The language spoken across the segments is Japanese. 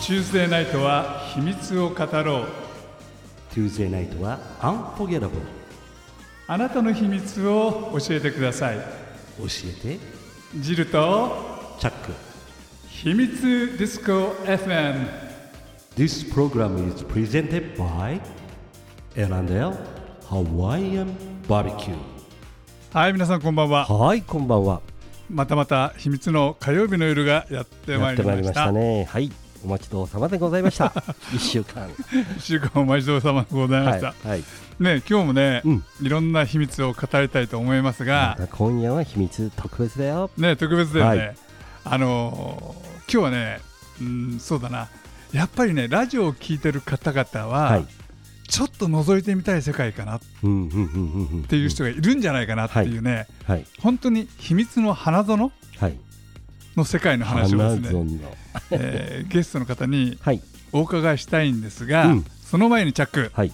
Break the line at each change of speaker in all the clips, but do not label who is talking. チューズデーナイトは秘密を語ろう
Tuesday night は Unforgettable
あなたの秘密を教えてください
教えて
ジルと
チャック
秘密ディスコ FM
This program is presented by L&L Hawaiian Barbecue
はい皆さんこんばんは
はいこんばんは
またまた秘密の火曜日の夜がやってま
やっ
い
て
り
ま
ま
いりま
し
したたねはいお待ちどうさまでござい ました一週間
一週間お待ちどうさまでございま
は
し
い、
た、
はい、
ね今日もね、
うん
いろんな秘密を語りたいと思いますが、
今夜は秘密特別だよ
ね特別だよね、
は
あのー今日はねうんそうだなやっぱりねラジオを聞いてる方々は、
はい
ちょっと覗いてみたい世界かなっ
うんうんうんうんうんって
いう人がいるんじゃないかなっていうね、
はい
本当に秘密の花園
はい
の世界の話をです
ゾ
ね、
ンの
えーゲストの方に
はい
お伺いしたいんですが、
うん
その前にチャック
はい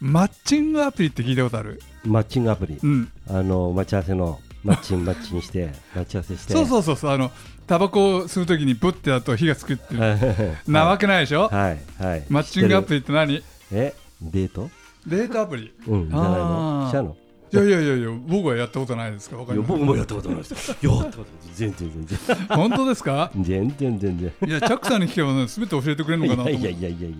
マッチングアプリって聞いたことある、
マッチングアプリ
うん、
あの待ち合わせのマッチンマッチンして待ち合わせして
そうそうそうそうあのタバコを吸うときにブッてやると火がつくっていう
う
なわけないでしょ、
はいはい
マッチングアプ
リ
リって何
えデート
デートアプリ
うんじゃない
あー
のしたの
いやいやいやいや僕はやったことないですかわか
い
り
や
ま
僕もやったことないですやったことない全然全然
す本当ですか
全然全然
いやチャックさんに聞けば、ね、全て教えてくれるのかなと思って
いやいやいやいやいや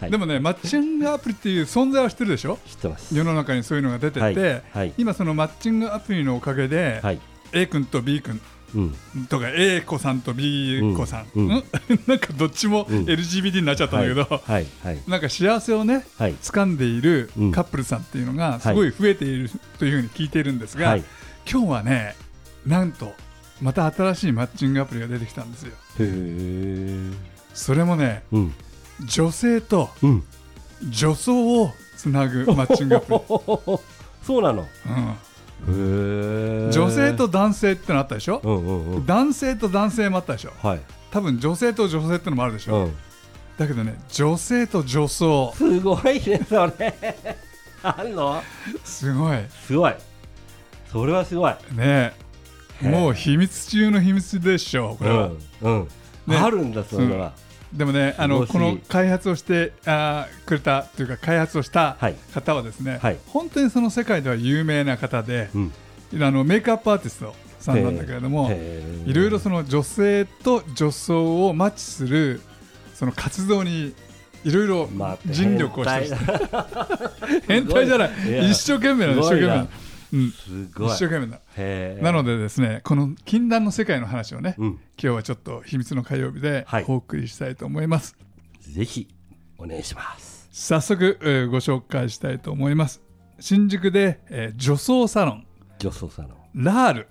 はい
でもねマッチングアプリっていう存在は知ってるでしょ
知ってます
世の中にそういうのが出てて、
はいはい
今そのマッチングアプリのおかげで、
はい
A 君と B 君
うん
とか A 子さんと B 子さん、
うんうん
ん なんかどっちも
うん
LGBT になっちゃったんだけど、
はいはい
なんか幸せをね
はい
掴んでいる
うん
カップルさんっていうのがすごい増えているというふうに聞いているんですが、
はい
今日はねなんとまた新しいマッチングアプリが出てきたんですよ
へえ
それもね
うん
女性と
うん
女装をつなぐマッチングアプ リ、
そうなのへ
う
え
ん、女性と男性ってのあったでしょ、
うんうんうん
男性と男性もあったでしょ
はい
多分女性と女性ってのもあるでしょ、
うん
だけどね女性と女装
すごいねそれ あんの
すごい
すごいそれはすごい
ね
へえ
もう秘密中の秘密でしょこれは、
うん、うん
ね
あるんだそれは、
でもねあの
す
こ
ごすぎ
の開発をしてあーくれたというか開発をした
はい
方はですね、
はい
本当にその世界では有名な方で、
うん、
あのメイクアップアーティストさんなんだけれどもい
い
ろいろその女性と女装をマッチするその活動にいろいろ尽力をしてる人
て
変態じゃない
いや
一生懸命なの一生懸
すごい
命
な
なのうん
すごい
一生懸命な
へー
なのでですねこの禁断の世界の話をね、
う
今
ん、
日はちょっと秘密の火曜日で
はい
お送りしたいと思います、
ぜひお願いします
早速、えーご紹介したいと思います新宿で、えー女装サロン
女装さんの
ラール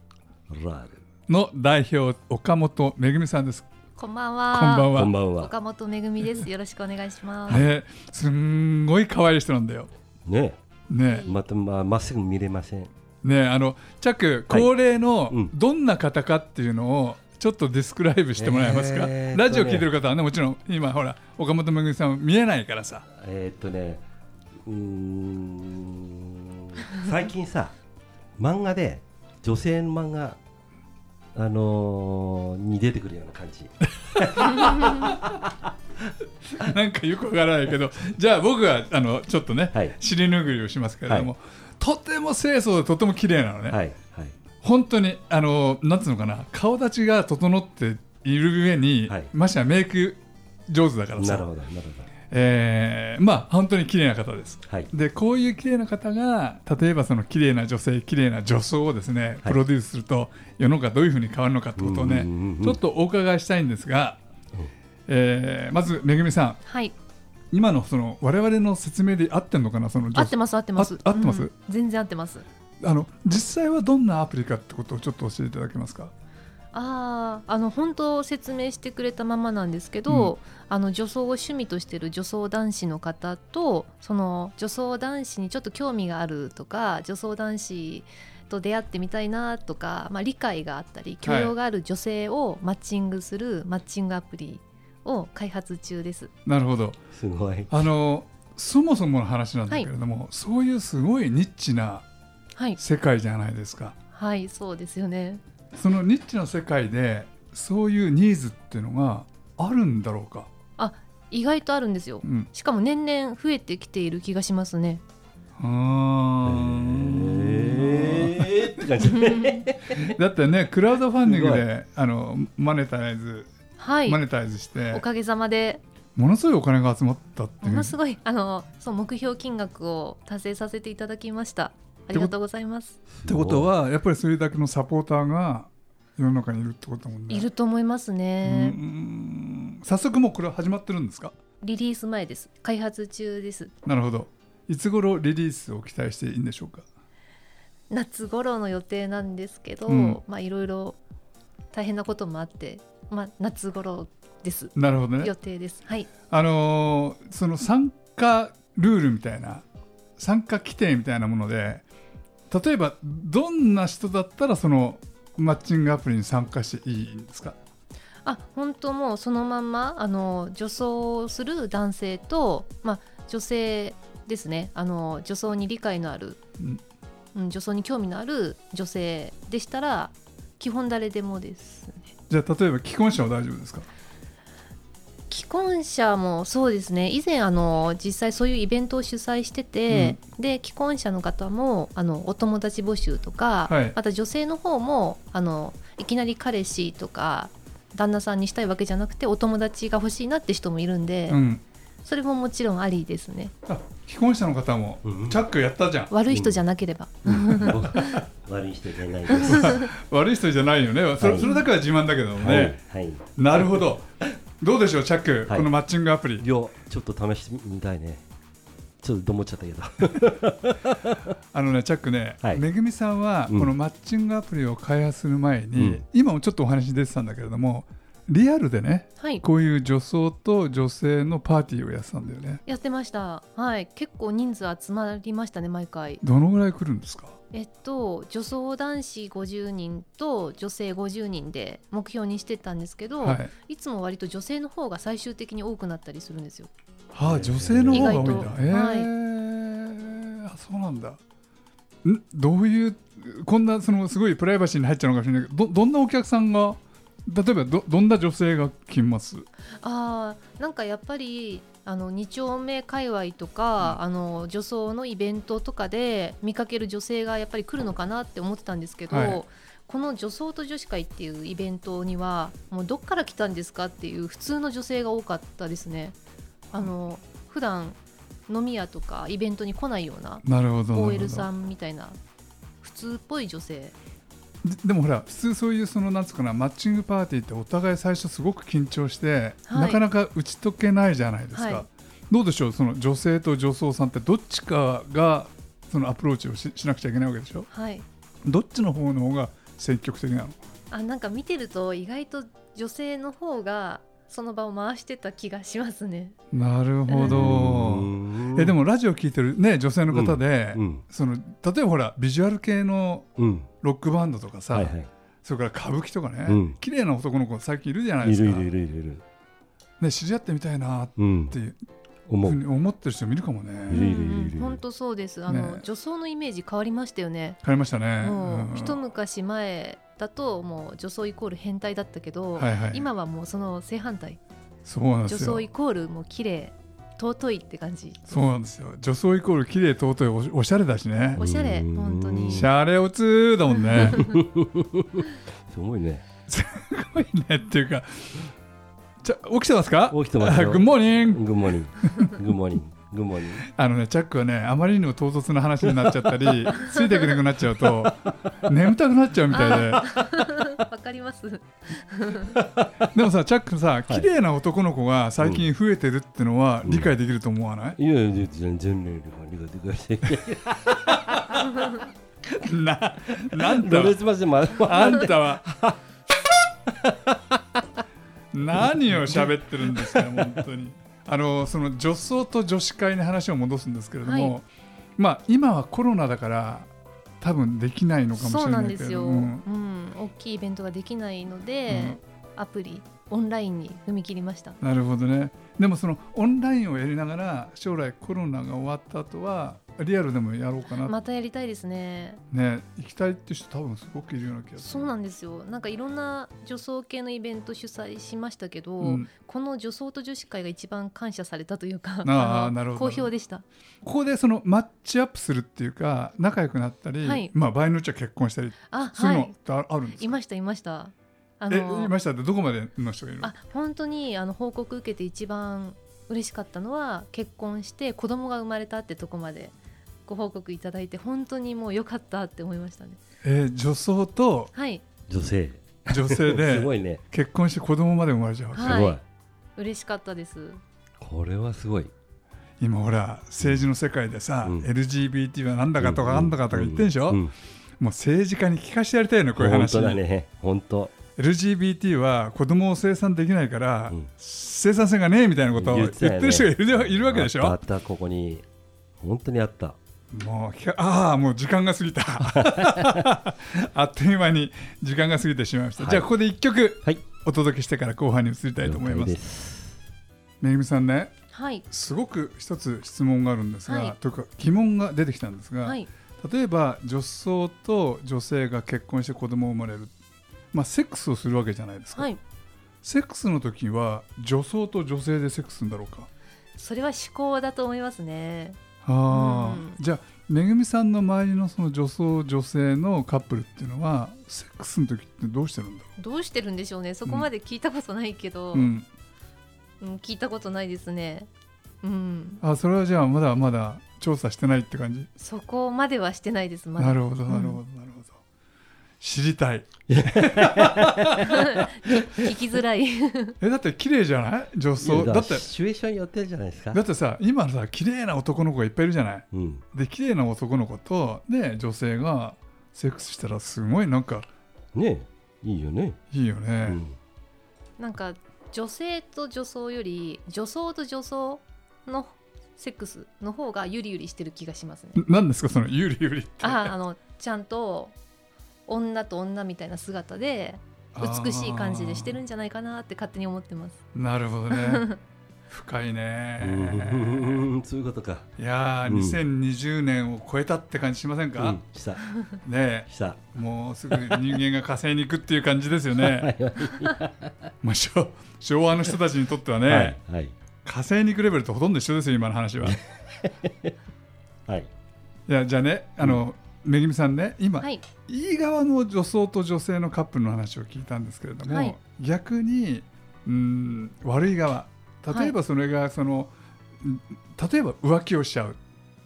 ラール
の代表岡本めぐみさんです
こんばん
こ
は。
んばんは
こんばんは
岡本めぐみです。よろしくお願いします。
ね、すんごい可愛い人なんだよ
ね
ね
またままっすぐ見れません
ねあのチャック恒例の
うん
どんな方かっていうのをちょっとディスクライブしてもらえますか、
えーっとね
ラジオ聞いてる方はねもちろん今ほら岡本めぐみさん見えないからさ
えー、っとねうーん最近さ漫画で女性の漫画あのー、に出てくるような感 じ
なんかよくわからないけど、じゃあ僕はあのちょっとね、
はい
尻拭いをしますけれども、とても清楚でとても綺麗なのね、
はいはい
本当にあのなんつうのかな、顔立ちが整っている上に、
はい
ましてやメイク上手だから
なる
さ
ほ、どなるほど
えーまあ本当に綺麗な方です。
はい
でこういう綺麗な方が例えばその綺麗な女性綺麗な女装をですね
はい
プロデュースすると、世の中どういうふうに変わるのかってことをね
うんうんうんうん
ちょっとお伺いしたいんですが、えーまずめぐみさん
はい。
今のその我々の説明で合ってんのかなその女
合ってます合ってます。
あ合ってます
うん全然合ってます。
あの実際はどんなアプリかってことをちょっと教えていただけますか
ああ、あの本当説明してくれたままなんですけど、あの女装を趣味としてる女装男子の方と、その女装男子にちょっと興味があるとか、女装男子と出会ってみたいなとか、まあ理解があったり教養がある女性をマッチングするマッチングアプリを開発中です。
なるほど
すごい
あのそもそもの話なんだけれども、そういうすごいニッチな
はい、
世界じゃないですか
はい、そうですよね。
そのニッチな世界でそういうニーズっていうのがあるんだろうか、
意外とあるんですよ
うん、
しかも年々増えてきている気がしますね
あー
えーって感じだね。
だってねクラウドファンディング
す
であのマネタイズ、
はい
マネタイズして
おかげさまで
ものすごいお金が集まったって
も
いう
のすごいあのそう目標金額を達成させていただきましたありがとうございます
ってことはやっぱりそれだけのサポーターが世の中にいるってことだもんね
いると思います
う
ね、
ん早速もうこれは始まってるんですか
リリース前です開発中です
なるほどいつ頃リリースを期待していいんでしょうか
夏頃の予定なんですけど、
うん
まあいろいろ大変なこともあってまあ夏頃です
なるほどね
予定ですはい
あのーその参加ルールみたいな参加規定みたいなもので例えばどんな人だったらそのマッチングアプリに参加していいんですか
あ本当もうそのまんまあの女装をする男性と、まあ、女性ですねあの女装に理解のある、
うん
うん、女装に興味のある女性でしたら基本誰でもですね
じゃあ例えば既婚者は大丈夫ですか
既婚者もそうですね以前あの実際そういうイベントを主催してて、で既婚者の方もあのお友達募集とか、
はい
また女性の方もあのいきなり彼氏とか旦那さんにしたいわけじゃなくてお友達が欲しいなって人もいるんで、
うん
それももちろんありですね
あ既婚者の方も
うん
チャックやったじゃん
悪い人じゃなければ、
悪い人じゃないです。は
悪い人じゃないよねそ
は
れ
い
それだけは自慢だけどもね、
い。はい。
なるほどどうでしょうチャック、
はい
このマッチングアプリ
いや、ちょっと試してみたいね。ちょっとどもっちゃったけど。
あのねチャックね、
はい
めぐみさんは
うん
このマッチングアプリを開発する前に、
うん
今もちょっとお話出てたんだけれどもリアルでね
はい
こういう女装と女性のパーティーをやってたんだよね
やってましたはい結構人数集まりましたね毎回
どのぐらい来るんですか
えっと女装男子50人と女性50人で目標にしてたんですけど、
はい、
いつも割と女性の方が最終的に多くなったりするんですよ。
はあ、女性の方が多いんだ
意
え
外と
ーあそうなんだんどういうこんなそのすごいプライバシーに入っちゃうのかもしれないけどどどんなお客さんが例えばどどんな女性が来ます
あーなんかやっぱりあの2丁目界隈とか、あの女装のイベントとかで見かける女性がやっぱり来るのかなって思ってたんですけど、
はい
この女装と女子会っていうイベントにはもうどっから来たんですかっていう普通の女性が多かったですね。あの普段飲み屋とかイベントに来ないような
なるほどなるほど
OL さんみたいな普通っぽい女性
ででもほら普通そういうそのなんつうかなマッチングパーティーってお互い最初すごく緊張して、
はい
なかなか打ち解けないじゃないですか、
はい
どうでしょうその女性と女装さんってどっちかがそのアプローチをししなくちゃいけないわけでしょ
はい
どっちの方の方が積極的なの
あなんか見てると意外と女性の方がその場を回してた気がしますね。
なるほど、えで
も。
もラジオ聞いてる、ね、女性の方で、
うん。
その例えばほらビジュアル系の
うん。
ロックバンドとかさ、
はいはい。
それから歌舞伎とかね、
うん
綺麗な男の子最近いるじゃないで
い
す
る
か
いるいるいるいる。
ね、知り合ってみたいなっ
うん
て。いう
思
ふう
う。
に思ってる人もいるかも
う
い
ね。
る
ん
いるいるいる
うん本当そうです。あの、
ね
女装のイメージ変わりましたよね。
変えましたね。
も
うん
う一昔前だともう女装イコール変態だったけど、
はいはい
今はもうその正反対。
そうなんで
女
すよ
装イ。コールもう綺麗尊いって感じ。
そうなんですよ。女装イコール綺麗尊いおしおしゃれだしね
お。しゃれ
うん
本当に。
シャレオツーだもん ね。
すごいね。
ねっていうか。ちゃ起きてますか
起きてますよ
あグッモーニング
グッモーニング。グッモーニング。グッモーニング。
あのね、チャックはね、あまりにも唐突な話になっちゃった り、ついていけなくなっちゃうと、眠たくなっちゃうみたいで。
わかります。
でもさ、チャックさ、綺麗な男の子が最近増えてるってのは理解できると思わない、
いやいや、全然ね、理解できないし。
な、なんだ
ど
ろう
れつましま、
あんたは何を喋ってるんですか本当にあのその女装と女子会に話を戻すんですけれども、
は
まあ今はコロナだから多分できないのかもし
そう
れな
な
んい
で
け
す
れど
よ。う
も
ん、大きいイベントができないので、アプリオンラインに踏み切りました。
なるほどねでもそのオンラインをやりながら将来コロナが終わった後はリアルでもやろうかな、
またやりたいですね
ね行きたいって人多分すごくいるような気がする
そうなんですよなんかいろんな女装系のイベント主催しましたけど、
うん
この女装と女子会が一番感謝されたというか
あー
の
なるほど
好評でした
ここでそのマッチアップするっていうか仲良くなったり、
はい
まあ、場合によっちゃ結婚したり
あ
そういう
は
のっ
い
てああるんです
い
か、
ましたいましたあ
えいましたってどこまでの人がいるの
あ本当にあの報告受けて一番嬉しかったのは結婚して子供が生まれたってとこまでご報告いただいて本当にもう良かったって思いましたね
えー女装と
はい
女性
女性
すご
で
いね
結婚して子供まで生まれちゃうわけ、
す
は
ご
い
い、
嬉しかったです
これはすごい
今ほら政治の世界でさ、
うん
LGBT はなんだかとかなんだかとか言ってんでしょ、
ううん
もう政治家に聞かしてやりたいのこういう
本
話
当だね本当
LGBT は子供を生産できないから、
うん
生産性がねえみたいなことを言
言
っ
ってた
て
よね
る人がいる,、いるわけでし
あ
ょ
ったあったここに本当にあった
もう聞かああもう時間が過ぎ たあっという間に時間が過ぎてしまいました、
はい
じゃあここで1曲
はい
お届けしてから後半に移りたいと思います
了解です
めぐみさんね
はい
すごく一つ質問があるんですが、
はい
というか疑問が出てきたんですが、
はい
例えば女装と女性が結婚して子供を生まれる、まあ、セックスをするわけじゃないですか、
はい
セックスの時は女装と女性でセックスするんだろうか
それは思考だと思いますね
あー、
う
じゃあめぐみさんの周りのその女装女性のカップルっていうのはセックスの時ってどうしてるんだろ
どうしてるんでしょうねそこまで聞いたことないけど、
う、うん、
うん聞いたことないですねうん
あそれはじゃあまだまだ調査してないって感じ、
そこまではしてないですま
な
だ
るほどなるほどなるほど、知りたい
聞きづらい
えだって綺麗じゃない女装
いや
だって
シチュエーションによってるじゃないですか
だってさ今さ綺麗な男の子がいっぱいいるじゃない
うん
で綺麗な男の子とで女性がセックスしたらすごいなんか
ねいいよね
いいよ
う
ね、
ん
なんか女性と女装より女装と女装のセックスの方がゆりゆりしてる気がしますね。
ん何ですかそのゆりゆりって
あーあのちゃんと女と女みたいな姿で美しい感じでしてるんじゃないかなって勝手に思ってます。
あーなるほど ね深いね
うん そういうことか
いやー、
うん
2020年を超えたって感じしません
う
か
ん、した
ね
した
えもうすぐ人間が火星に行くっていう感じですよねまあ昭昭和の人たちにとってはね、
はいはい
火星に行くレベルとほとんど一緒ですよ今の話 はい
はい
やじゃあねあの、めぐみさんね今、
はい、
いい側の女装と女性のカップルの話を聞いたんですけれども、
はい
逆にうん悪い側例えばそれがその、ん例えば浮気をしちゃう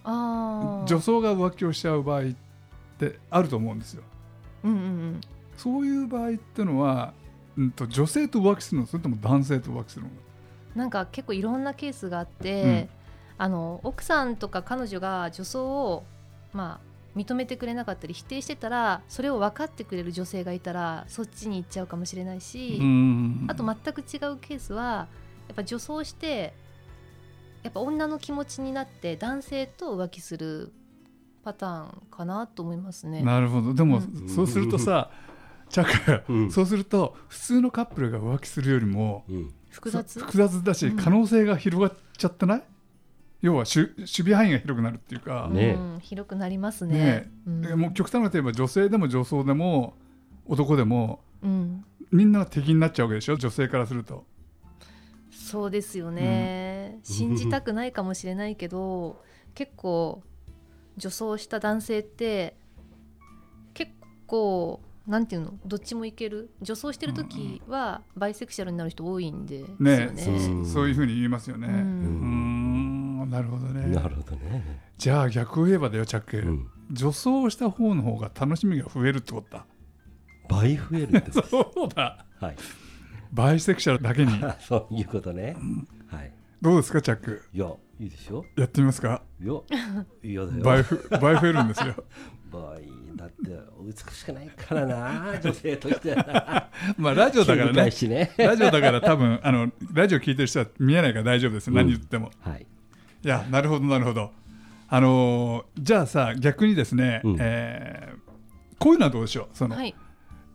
ああ、
女装が浮気をしちゃう場合ってあると思うんですよ
うんうんうん、
そういう場合ってのは、うん、と女性と浮気するのそれとも男性と浮気するの
なんか結構いろんなケースがあって、あの奥さんとか彼女が女装を、まあ、認めてくれなかったり否定してたらそれを分かってくれる女性がいたらそっちに行っちゃうかもしれないし、
ん
あと全く違うケースはやっぱ女装してやっぱ女の気持ちになって男性と浮気するパターンかなと思いますね。
なるほどでも、
うん
そうするとさチャック、
うん
そうすると普通のカップルが浮気するよりも
うん
複雑
複雑だし、
うん
可能性が広がっちゃってない要はしゅ守備範囲が広くなるっていうか、
ね
うん、広くなりますね。
ね
うん
もう極端なこと言えば女性でも女装でも男でも
うん
みんなが敵になっちゃうわけでしょ女性からすると。
そうですよね、信じたくないかもしれないけど 結構女装した男性って結構なんていうのどっちもいける女装してる時はバイセクシャルになる人多いんですよね。
ねそうそう
うん
そういうふうに言いますよね。
う
うんー
ん
んなるほどね。
なるほどね
じゃあ逆を言えばだよチャック、
うん
女装した方の方が楽しみが増えるってことだ
倍増えるってこと
そうだ
はい
バイセクシャルだけに
そういうことねはい
どうですかチャック
いやいいでしょ
やってみますか
よいやだよ
倍 ふ倍増えるんですよ
ボーイだって美しくないからな女性としては
まあラジオだから
興味深い
ね
しね
ラジオだから多分あのラジオ聞いてる人は見えないから大丈夫です、
ん
何言っても
はい
いやなるほどなるほどあのーじゃあさ逆にですね、
うん
えーこういうのはどうでしょうその、
はい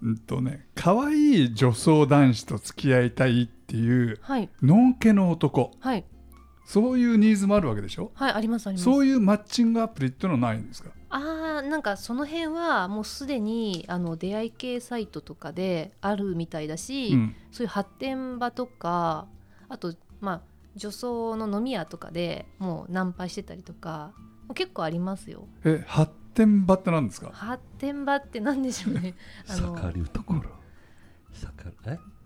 うんとね可愛い女装男子と付き合いたいっていう
はい
のんけの男
はい
そういうニーズもあるわけでしょ
はいありますあります
そういうマッチングアプリっていうのはないんですか
あーなんかその辺はもうすでにあの出会い系サイトとかであるみたいだし、
うん
そういう発展場とかあとまあ女装の飲み屋とかでもうナンパしてたりとかもう結構ありますよ
え発展場って何です か
発展場って何でしょうね あの
盛るところ盛る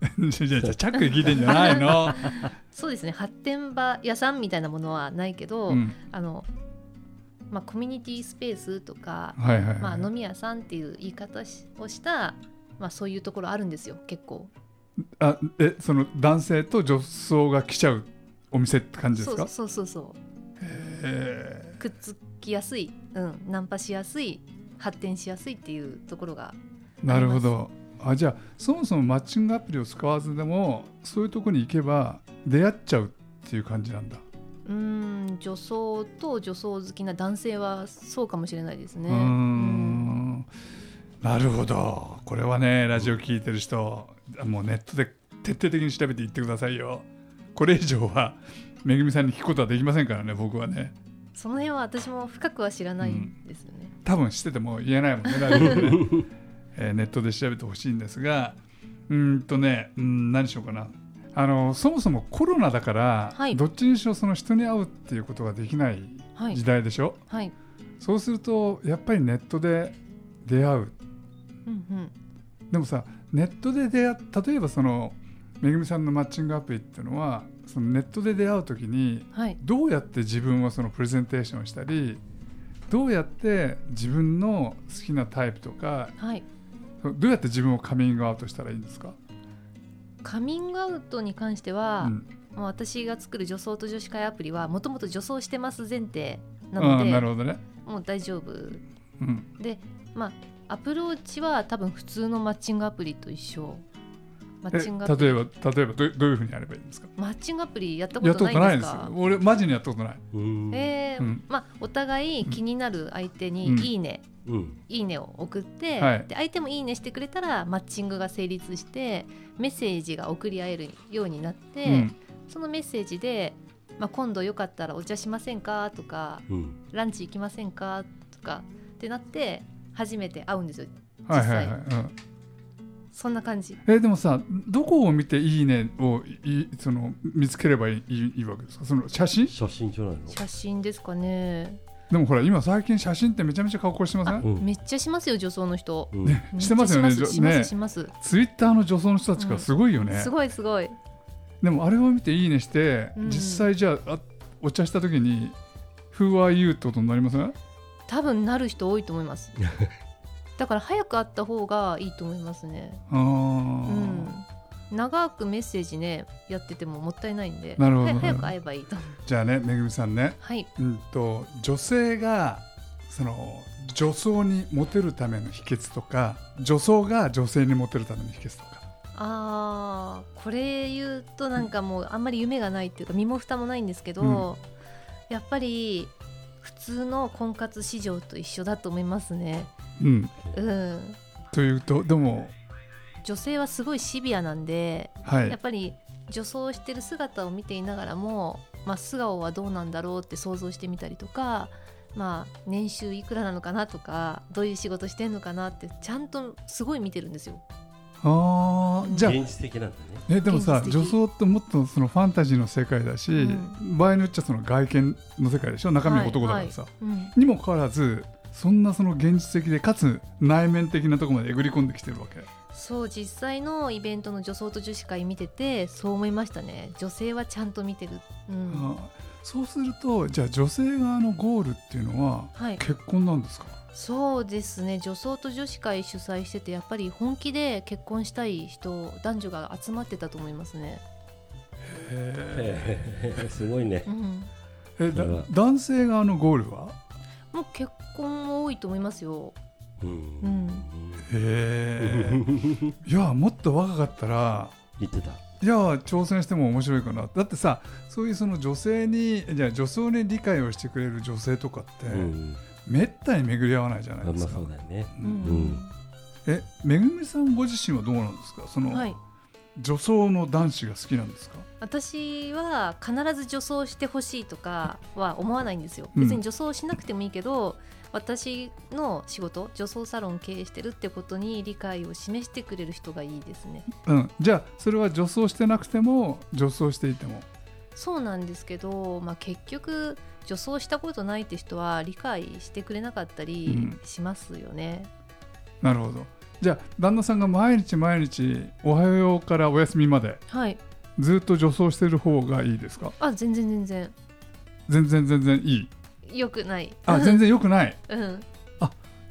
え
じゃじゃチャックで聞いてんじゃない の、
そうですね発展場屋さんみたいなものはないけど、
うん、
あのまあコミュニティスペースとか、
はいはいはい、
まあ、飲み屋さんっていう言い方しをした、まあ、そういうところあるんですよ結構。
あえその男性と女装が来ちゃうお店って感じで
そ
す
う
か
そうそうそう
へ
くっつきやすい、うん、ナンパしやすい発展しやすいっていうところが
ーなるほどあじゃあそもそもマッチングアプリを使わずでもそういうとこに行けば出会っちゃうっていう感じなんだ、
うーん女装と女装好きな男性はそうかもしれないですね。
うー
うん
んなるほどこれはねラジオ聞いてる人もうネットで徹底的に調べていってくださいよこれ以上はめぐみさんに聞くことはできませんからね僕はね
その辺は私も深くは知らないんですよね。
多分してても言えないもんねラジオで ねえーネットで調べてほしいんですがうーんとねうん何しようかなあのそもそもコロナだから、
はい
どっちにしろその人に会うっていうことができない
はい
時代でしょ、
はい、
そうするとやっぱりネットで出会う
うんうん、
でもさネットで出会っ例えばそのめぐみさんのマッチングアプリっていうのはそのネットで出会う時に
はい、
どうやって自分をそのプレゼンテーションしたりどうやって自分の好きなタイプとか
はい。
どうやって自分をカミングアウトしたらいいんですか、
カミングアウトに関して
う
は、
ん、
もう私が作る女装と女子会アプリはもともと女装してます前提な
あ
の
あ
で
なるほどね、
もう大丈夫
うん、
でまあアプローチは多分普通のマッチングアプリと一緒マ
え
ッチングアプ
例えば例えばどうどういうふうにやればいいんですか
リマッチングアプリやったこ
やった
と
こ
な
とな
い
いで
んですす
よ
か
俺マジにやったことない、
うん
えー
うん
まあお互い気になる相手
う
に
ん
「いいね」
うん
いいねを送って、
はい
で相手も「いいね」してくれたらマッチングが成立してメッセージが送り合えるようになって、
うん
そのメッセージで、まあ、今度よかったらお茶しませんかとか
うん
ランチ行きませんかとかってなって初めて会うんですよ
はいはいはい、うん、
そんな感じ
えでもさどこを見て「いいねを」いその見つければいいいいいいわけですかその写真
写真じゃないの
写真ですかね
でもほら今最近写真ってめちゃめちゃ加工してませ
あ、
ん
うん
めっちゃしますよ女装の人
うん
めっちゃ
してますよね
しますし
ね
ますします、
ツイッターの女装の人たちがすごいよね、
すごいすごい
でもあれを見て「いいね」して、
うん
実際じゃああお茶した時に「Who are you」ってことになりません
多分なる人多いと思います だから早く会った方がいいと思いますね
あー
うん長くメッセージねやっててももったいないんで
なるほど
は早く会えばいいと思う
じゃあねめぐみさんね、
はい
うん、と女性がその女装にモテるための秘訣とか女装が女性にモテるための秘訣とか
あーこれ言うとなんかもうあんまり夢がないっていうか身も蓋もないんですけど、
うん
やっぱり普通の婚活市場と一緒だと思いますね。
うん
うん、
というとでも
女性はすごいシビアなんで
は
や
い
っぱり女装してる姿を見ていながらも、まあ、素顔はどうなんだろうって想像してみたりとか、まあ、年収いくらなのかなとかどういう仕事してんのかなってちゃんとすごい見てるんですよ。
あーじゃあ
現実的なんだね
えでもさ
現実的
女装ってもっとそのファンタジーの世界だし、
う
場合によっちゃその外見の世界でしょ中身男だからさ、
うん
にもかかわらずそんなその現実的でかつ内面的なところまでえぐり込んできてるわけ
そう実際のイベントの女装と女子会見ててそう思いましたね女性はちゃんと見てる、うん、
あそうするとじゃあ女性側のゴールっていうのは
はい
結婚なんですか、
そうですね女装と女子会主催しててやっぱり本気で結婚したい人男女が集まってたと思いますね、
へー すごいね
うん、
え
それは
だ男性側のゴールは
もう結婚も多いと思いますよ
うん
うん
へえ いやもっと若かったら
言ってた
いや挑戦しても面白いかなだってさそういうその女性にじゃあ女装に理解をしてくれる女性とかって、
うん
めったに巡り合わないじゃ
あ
ない
まあ
ですか、
そうだよね
うん
うん
えめぐみさんご自身はどうなんですかその、
はい
女装の男子が好きなんですか
私は必ず女装してほしいとかは思わないんですよ
うん
別に女装しなくてもいいけど、私の仕事女装サロン経営してるってことに理解を示してくれる人がいいですね
うんじゃあそれは女装してなくても女装していても
そうなんですけど、まあ、結局女装したことないって人は理解してくれなかったり
う
しますよね、
なるほどじゃあ旦那さんが毎日毎日おはようからお休みまで
はい
ずっと女装してる方がいいですか
あ全然全然
全然全然いい
良くない
あ全然良くない
うん、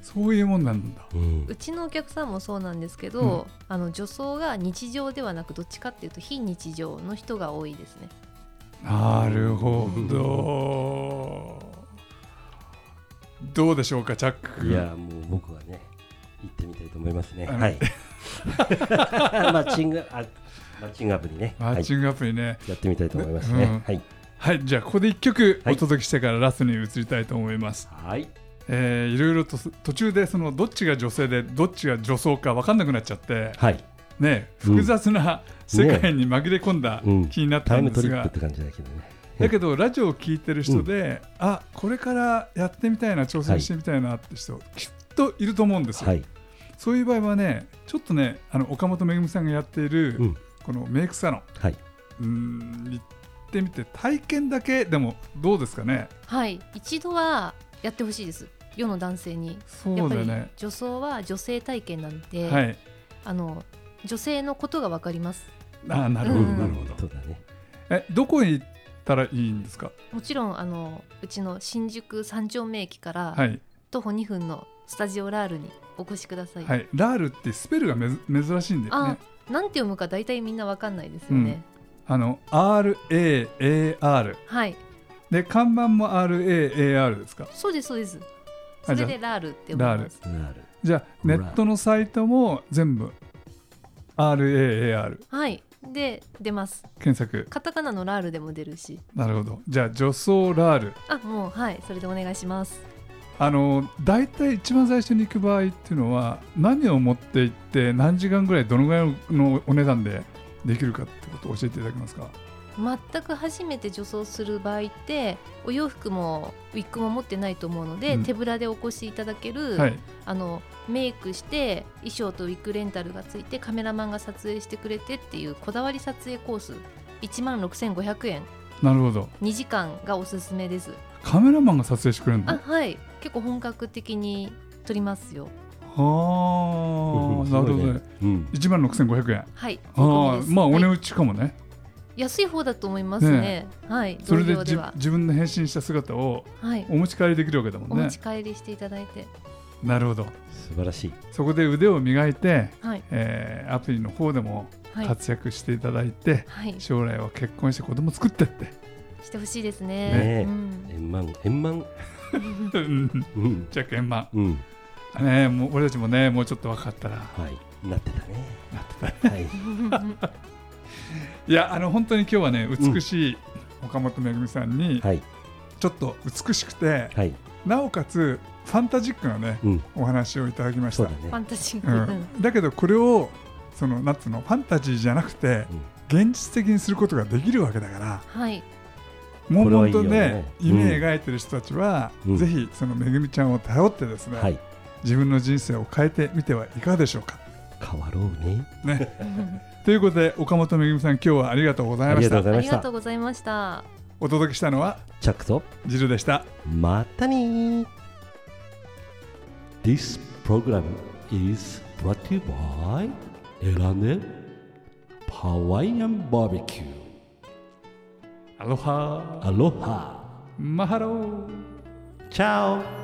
そういうもんなんだ
うん
うちのお客さんもそうなんですけど、あの女装が日常ではなくどっちかっていうと非日常の人が多いですね
なるほどどうでしょうかチャック君
いやもう僕はね行ってみたいと思いますね。
あの
はい。マッチングあマッチングアプリね。
マ
は
ッ
い。
チングアプリね
やってみたいと思いますね。
うん
はい。
はいじゃあここで1曲
はい
お届けしてからラストに移りたいと思います、
はい。
えーいろいろとす途中でそのどっちが女性でどっちが女装か分かんなくなっちゃって、
はい。
ね、
うん
複雑な世界に紛れ込んだ
うん
気になった
タイ
ん
ム
で
ト
す
リッ
が、
プって感じだけどね。
だけどラジオを聞いてる人で、あこれからやってみたいな挑戦してみたいなって人、きっといると思うんですよ、
はい。
そういう場合はねちょっとねあの岡本めぐみさんがやっている、
うん
このメイクサロン
はい。
うーん行ってみて体験だけでもどうですかね
はい一度はやってほしいです世の男性に、
そう
やっぱ
だ
り
ね
女装は女性体験なんで、
はい
あの女性のことが分かります
あなるほ
う
ど、
ん
なるほ ど
そうだね。
えどこに行ったらいいんですか
もちろんあのうちの新宿三丁目駅から
はい、
徒歩2分のスタジオラールにお越しください、
はい、ラールってスペルがめず珍しいんだよね
あなんて読むか大体みんな分かんないですよね、
あの RAAR
はい
で看板も RAAR ですか
そうですそうです
あ
そ
じゃ
れ
あ
でラールって読みます
なる。
じゃあネットのサイトも全部 RAAR
はいで出ます
検索
カタカナのラールでも出るし
なるほどじゃあ女装ラール
あもうはいそれでお願いします
あの大体一番最初に行く場合っていうのは何を持って行って何時間ぐらいどのぐらいのお値段でできるかってことを教えていただけますか
全く初めて女装する場合ってお洋服もウィッグも持ってないと思うので、
うん
手ぶらでお越しいただける、
はい
あのメイクして衣装とウィッグレンタルがついてカメラマンが撮影してくれてっていうこだわり撮影コース1万6500円
なるほど
2時間がおすすめです
カメラマンが撮影してくれるの
あはい結構本格的に撮りますよ
はあなるほどね。
うん。
1万6500円
はい税込み
あ
です
あまあ
はい
お値打ちかもね、
安い方だと思いますね
ね
はい
それで
同僚
じ
は
自分の変身した姿を
はい
お持ち帰りできるわけだも
お
ん
持
ね
ち帰りしていただいて
なるほど
素晴らしい。
そこで腕を磨いて、
はい
えーアプリの方でも
はい
活躍していただいて、
はい
将来は結婚して子供作ってって
してほしいですね
ねえ
うん、
円満円満。
うん
うん。
じゃあ円満
うん。
ねもう俺たちもねもうちょっと分かったら
はい。なってたね。なってた。はい。
いやあの本当に今日はね美しい岡本めぐみさんに、
はい。
ちょっと美しくて
はい。
なおかつファンタジックなね
うん。
お話をいただきまし
そう
た
だ
ファ
ね。
ンタジック、う
うんん、だけどこれをそのなんつうのファンタジーじゃなくて現実的にすることができるわけだから
はい
もう
これはい
本
い
当
よね
ね
うん
夢描いてる人たちは、
うん
ぜひそのめぐみちゃんを頼ってです
う
ね、
ん。はい。
自分の人生を変えてみてはいかがでしょうか
変わろうね。
ということで岡本めぐみさん今日はありがとうござ
あ
いま
り
し
がと
た
うござい
あ
ま
り
し
が
た
とう。ございました
お届けしたのは
チャックと。
ジルでした。
またねー This program is brought to you by エラネハワイアンバーベキュー
アロハ
アロハ
マハロー
チャオ